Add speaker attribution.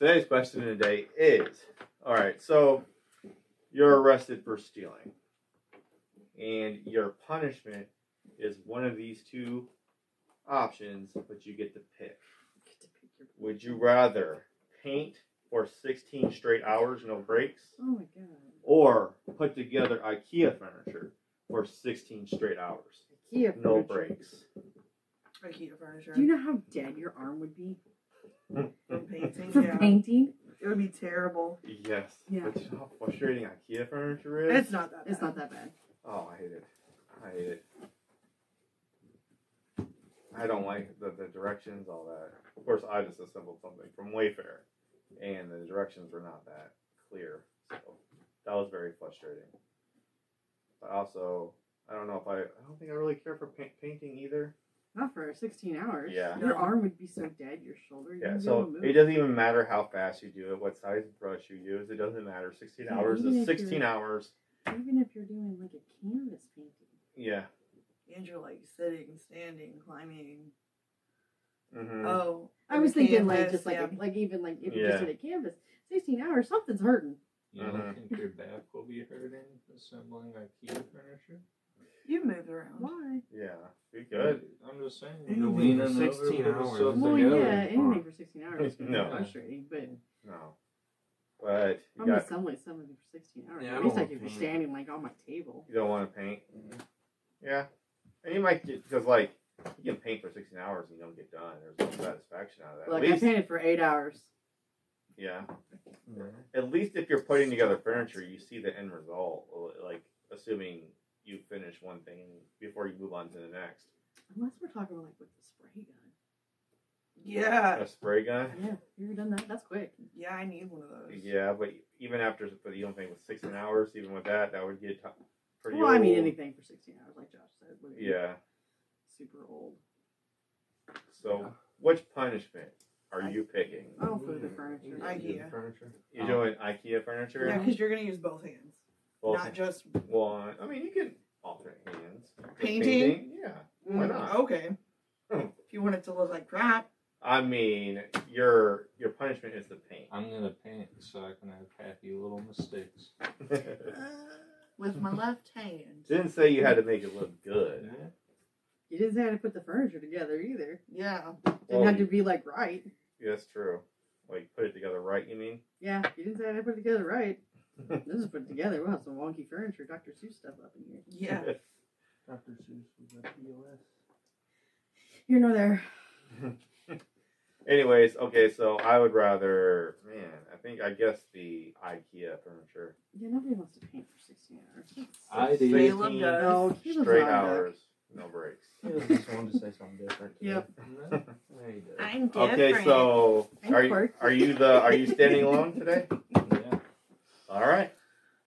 Speaker 1: Today's question of the day is all right, so you're arrested for stealing, and your punishment is one of these two options, but you get to pick.
Speaker 2: Get to pick your-
Speaker 1: Would you rather paint for 16 straight hours, no breaks,
Speaker 2: Oh my god.
Speaker 1: or put together IKEA furniture for 16 straight hours,
Speaker 2: IKEA
Speaker 1: no
Speaker 2: furniture.
Speaker 1: breaks?
Speaker 3: IKEA furniture.
Speaker 2: Do you know how dead your arm would be
Speaker 3: From painting,
Speaker 2: for
Speaker 3: yeah.
Speaker 2: painting?
Speaker 3: It would be terrible.
Speaker 1: Yes.
Speaker 2: Yeah.
Speaker 1: Which is how frustrating IKEA furniture is.
Speaker 3: It's not that. Bad.
Speaker 2: It's not that bad.
Speaker 1: Oh, I hate it. I hate it. I don't like the, the directions, all that. Of course, I just assembled something from Wayfair, and the directions were not that clear. So that was very frustrating. But also, I don't know if I. I don't think I really care for pa- painting either.
Speaker 2: Not for 16 hours.
Speaker 1: Yeah.
Speaker 2: Your
Speaker 3: No.
Speaker 2: arm would be so dead, your shoulder.
Speaker 1: Yeah,
Speaker 2: you'd
Speaker 1: so it doesn't even matter how fast you do it, what size brush you use. It doesn't matter. 16
Speaker 2: Yeah,
Speaker 1: hours
Speaker 2: even
Speaker 1: is
Speaker 2: if you're-
Speaker 1: 16 hours.
Speaker 2: Even if you're doing like a canvas painting.
Speaker 1: Yeah.
Speaker 3: And you're like sitting, standing, climbing.
Speaker 1: hmm
Speaker 2: Mm.
Speaker 3: Oh,
Speaker 2: I
Speaker 3: and
Speaker 2: was
Speaker 3: the
Speaker 2: thinking like
Speaker 3: canvas,
Speaker 2: just like
Speaker 3: yeah.
Speaker 2: a, like even like if you're just
Speaker 1: Yeah.
Speaker 2: in a canvas, 16 hours, something's hurting.
Speaker 4: You don't
Speaker 1: Mhm.
Speaker 4: think your back will be hurting assembling IKEA furniture?
Speaker 3: you moved around.
Speaker 2: Why?
Speaker 1: Yeah. Be good.
Speaker 4: I'm just saying.
Speaker 3: Anything
Speaker 4: You're
Speaker 3: for
Speaker 4: leaning
Speaker 5: 16
Speaker 4: over, put
Speaker 5: hours.
Speaker 4: yourself
Speaker 2: Well,
Speaker 4: together.
Speaker 2: yeah, anything for 16 hours is
Speaker 1: No.
Speaker 2: frustrating, but
Speaker 1: No. But you,
Speaker 2: I'm gonna
Speaker 1: got,
Speaker 2: assemble something for 16 hours.
Speaker 5: Yeah, I
Speaker 2: At
Speaker 5: don't
Speaker 2: least I
Speaker 5: want
Speaker 2: could be
Speaker 5: paint.
Speaker 2: standing like on my table.
Speaker 1: you don't want to paint.
Speaker 2: Mm-hmm.
Speaker 1: Yeah. And you might get, because like, you can paint for 16 hours and you don't get done. There's no satisfaction out of that.
Speaker 2: Like
Speaker 1: at
Speaker 2: I
Speaker 1: least,
Speaker 2: painted for eight hours.
Speaker 1: yeah.
Speaker 2: Mm-hmm.
Speaker 4: Mhm.
Speaker 1: At least if you're putting together furniture, you see the end result. uh, Like, assuming you finish one thing before you move on to the next.
Speaker 2: Unless we're talking like with the spray gun.
Speaker 3: Yeah,
Speaker 1: A spray gun?
Speaker 2: Uh, Yeah, you ever done that? That's quick.
Speaker 3: yeah, I need one of those.
Speaker 1: Yeah, but even after, but you don't think with 16 hours, even with that, that would get t- pretty
Speaker 2: Well, I mean
Speaker 1: old.
Speaker 2: anything for 16 hours, like Josh said, would be
Speaker 1: Yeah.
Speaker 2: super old.
Speaker 1: So, which punishment are you picking?
Speaker 2: I Uh, don't put the furniture.
Speaker 3: I-
Speaker 4: IKEA
Speaker 3: IKEA.
Speaker 4: furniture.
Speaker 1: You're doing IKEA furniture?
Speaker 3: Yeah, because you're gonna use both hands,
Speaker 1: Well,
Speaker 3: not just
Speaker 1: well, I mean, you can alternate hands.
Speaker 3: painting.
Speaker 1: Yeah.
Speaker 3: Mm,
Speaker 1: not?
Speaker 3: Okay.
Speaker 1: Hmm.
Speaker 3: If you want it to look like crap,
Speaker 1: I mean, your your punishment is the paint.
Speaker 4: I'm gonna paint so I can have happy little mistakes.
Speaker 3: with my left hand.
Speaker 1: Didn't say you had to make it look good.
Speaker 4: Yeah.
Speaker 2: You didn't say how to put the furniture together either.
Speaker 3: Yeah.
Speaker 2: Didn't
Speaker 1: Well,
Speaker 2: have to be like right.
Speaker 1: yeah, that's true. Like put it together right. You mean?
Speaker 2: Yeah, you didn't say how to put it together right. this is put it together. We'll have some wonky furniture, Dr. Seuss stuff up in here.
Speaker 3: Yeah.
Speaker 4: Dr. Seuss was a POS.
Speaker 2: Here nor there.
Speaker 1: Anyways, okay. So I would rather, man. I think I guess the IKEA furniture.
Speaker 2: Yeah, nobody wants to paint for 16 hours. Oh,
Speaker 4: I do.
Speaker 1: Sixteen
Speaker 3: Caleb does.
Speaker 2: No, Caleb's
Speaker 1: Straight
Speaker 2: not back.
Speaker 1: hours, no breaks.
Speaker 5: just wanted to say something different.
Speaker 2: Yep.
Speaker 4: No, there you go.
Speaker 3: I'm different.
Speaker 1: Okay, so
Speaker 2: I'm
Speaker 1: are you,
Speaker 2: quirky.
Speaker 1: are you the are you standing alone today?
Speaker 4: Yeah.
Speaker 1: All right.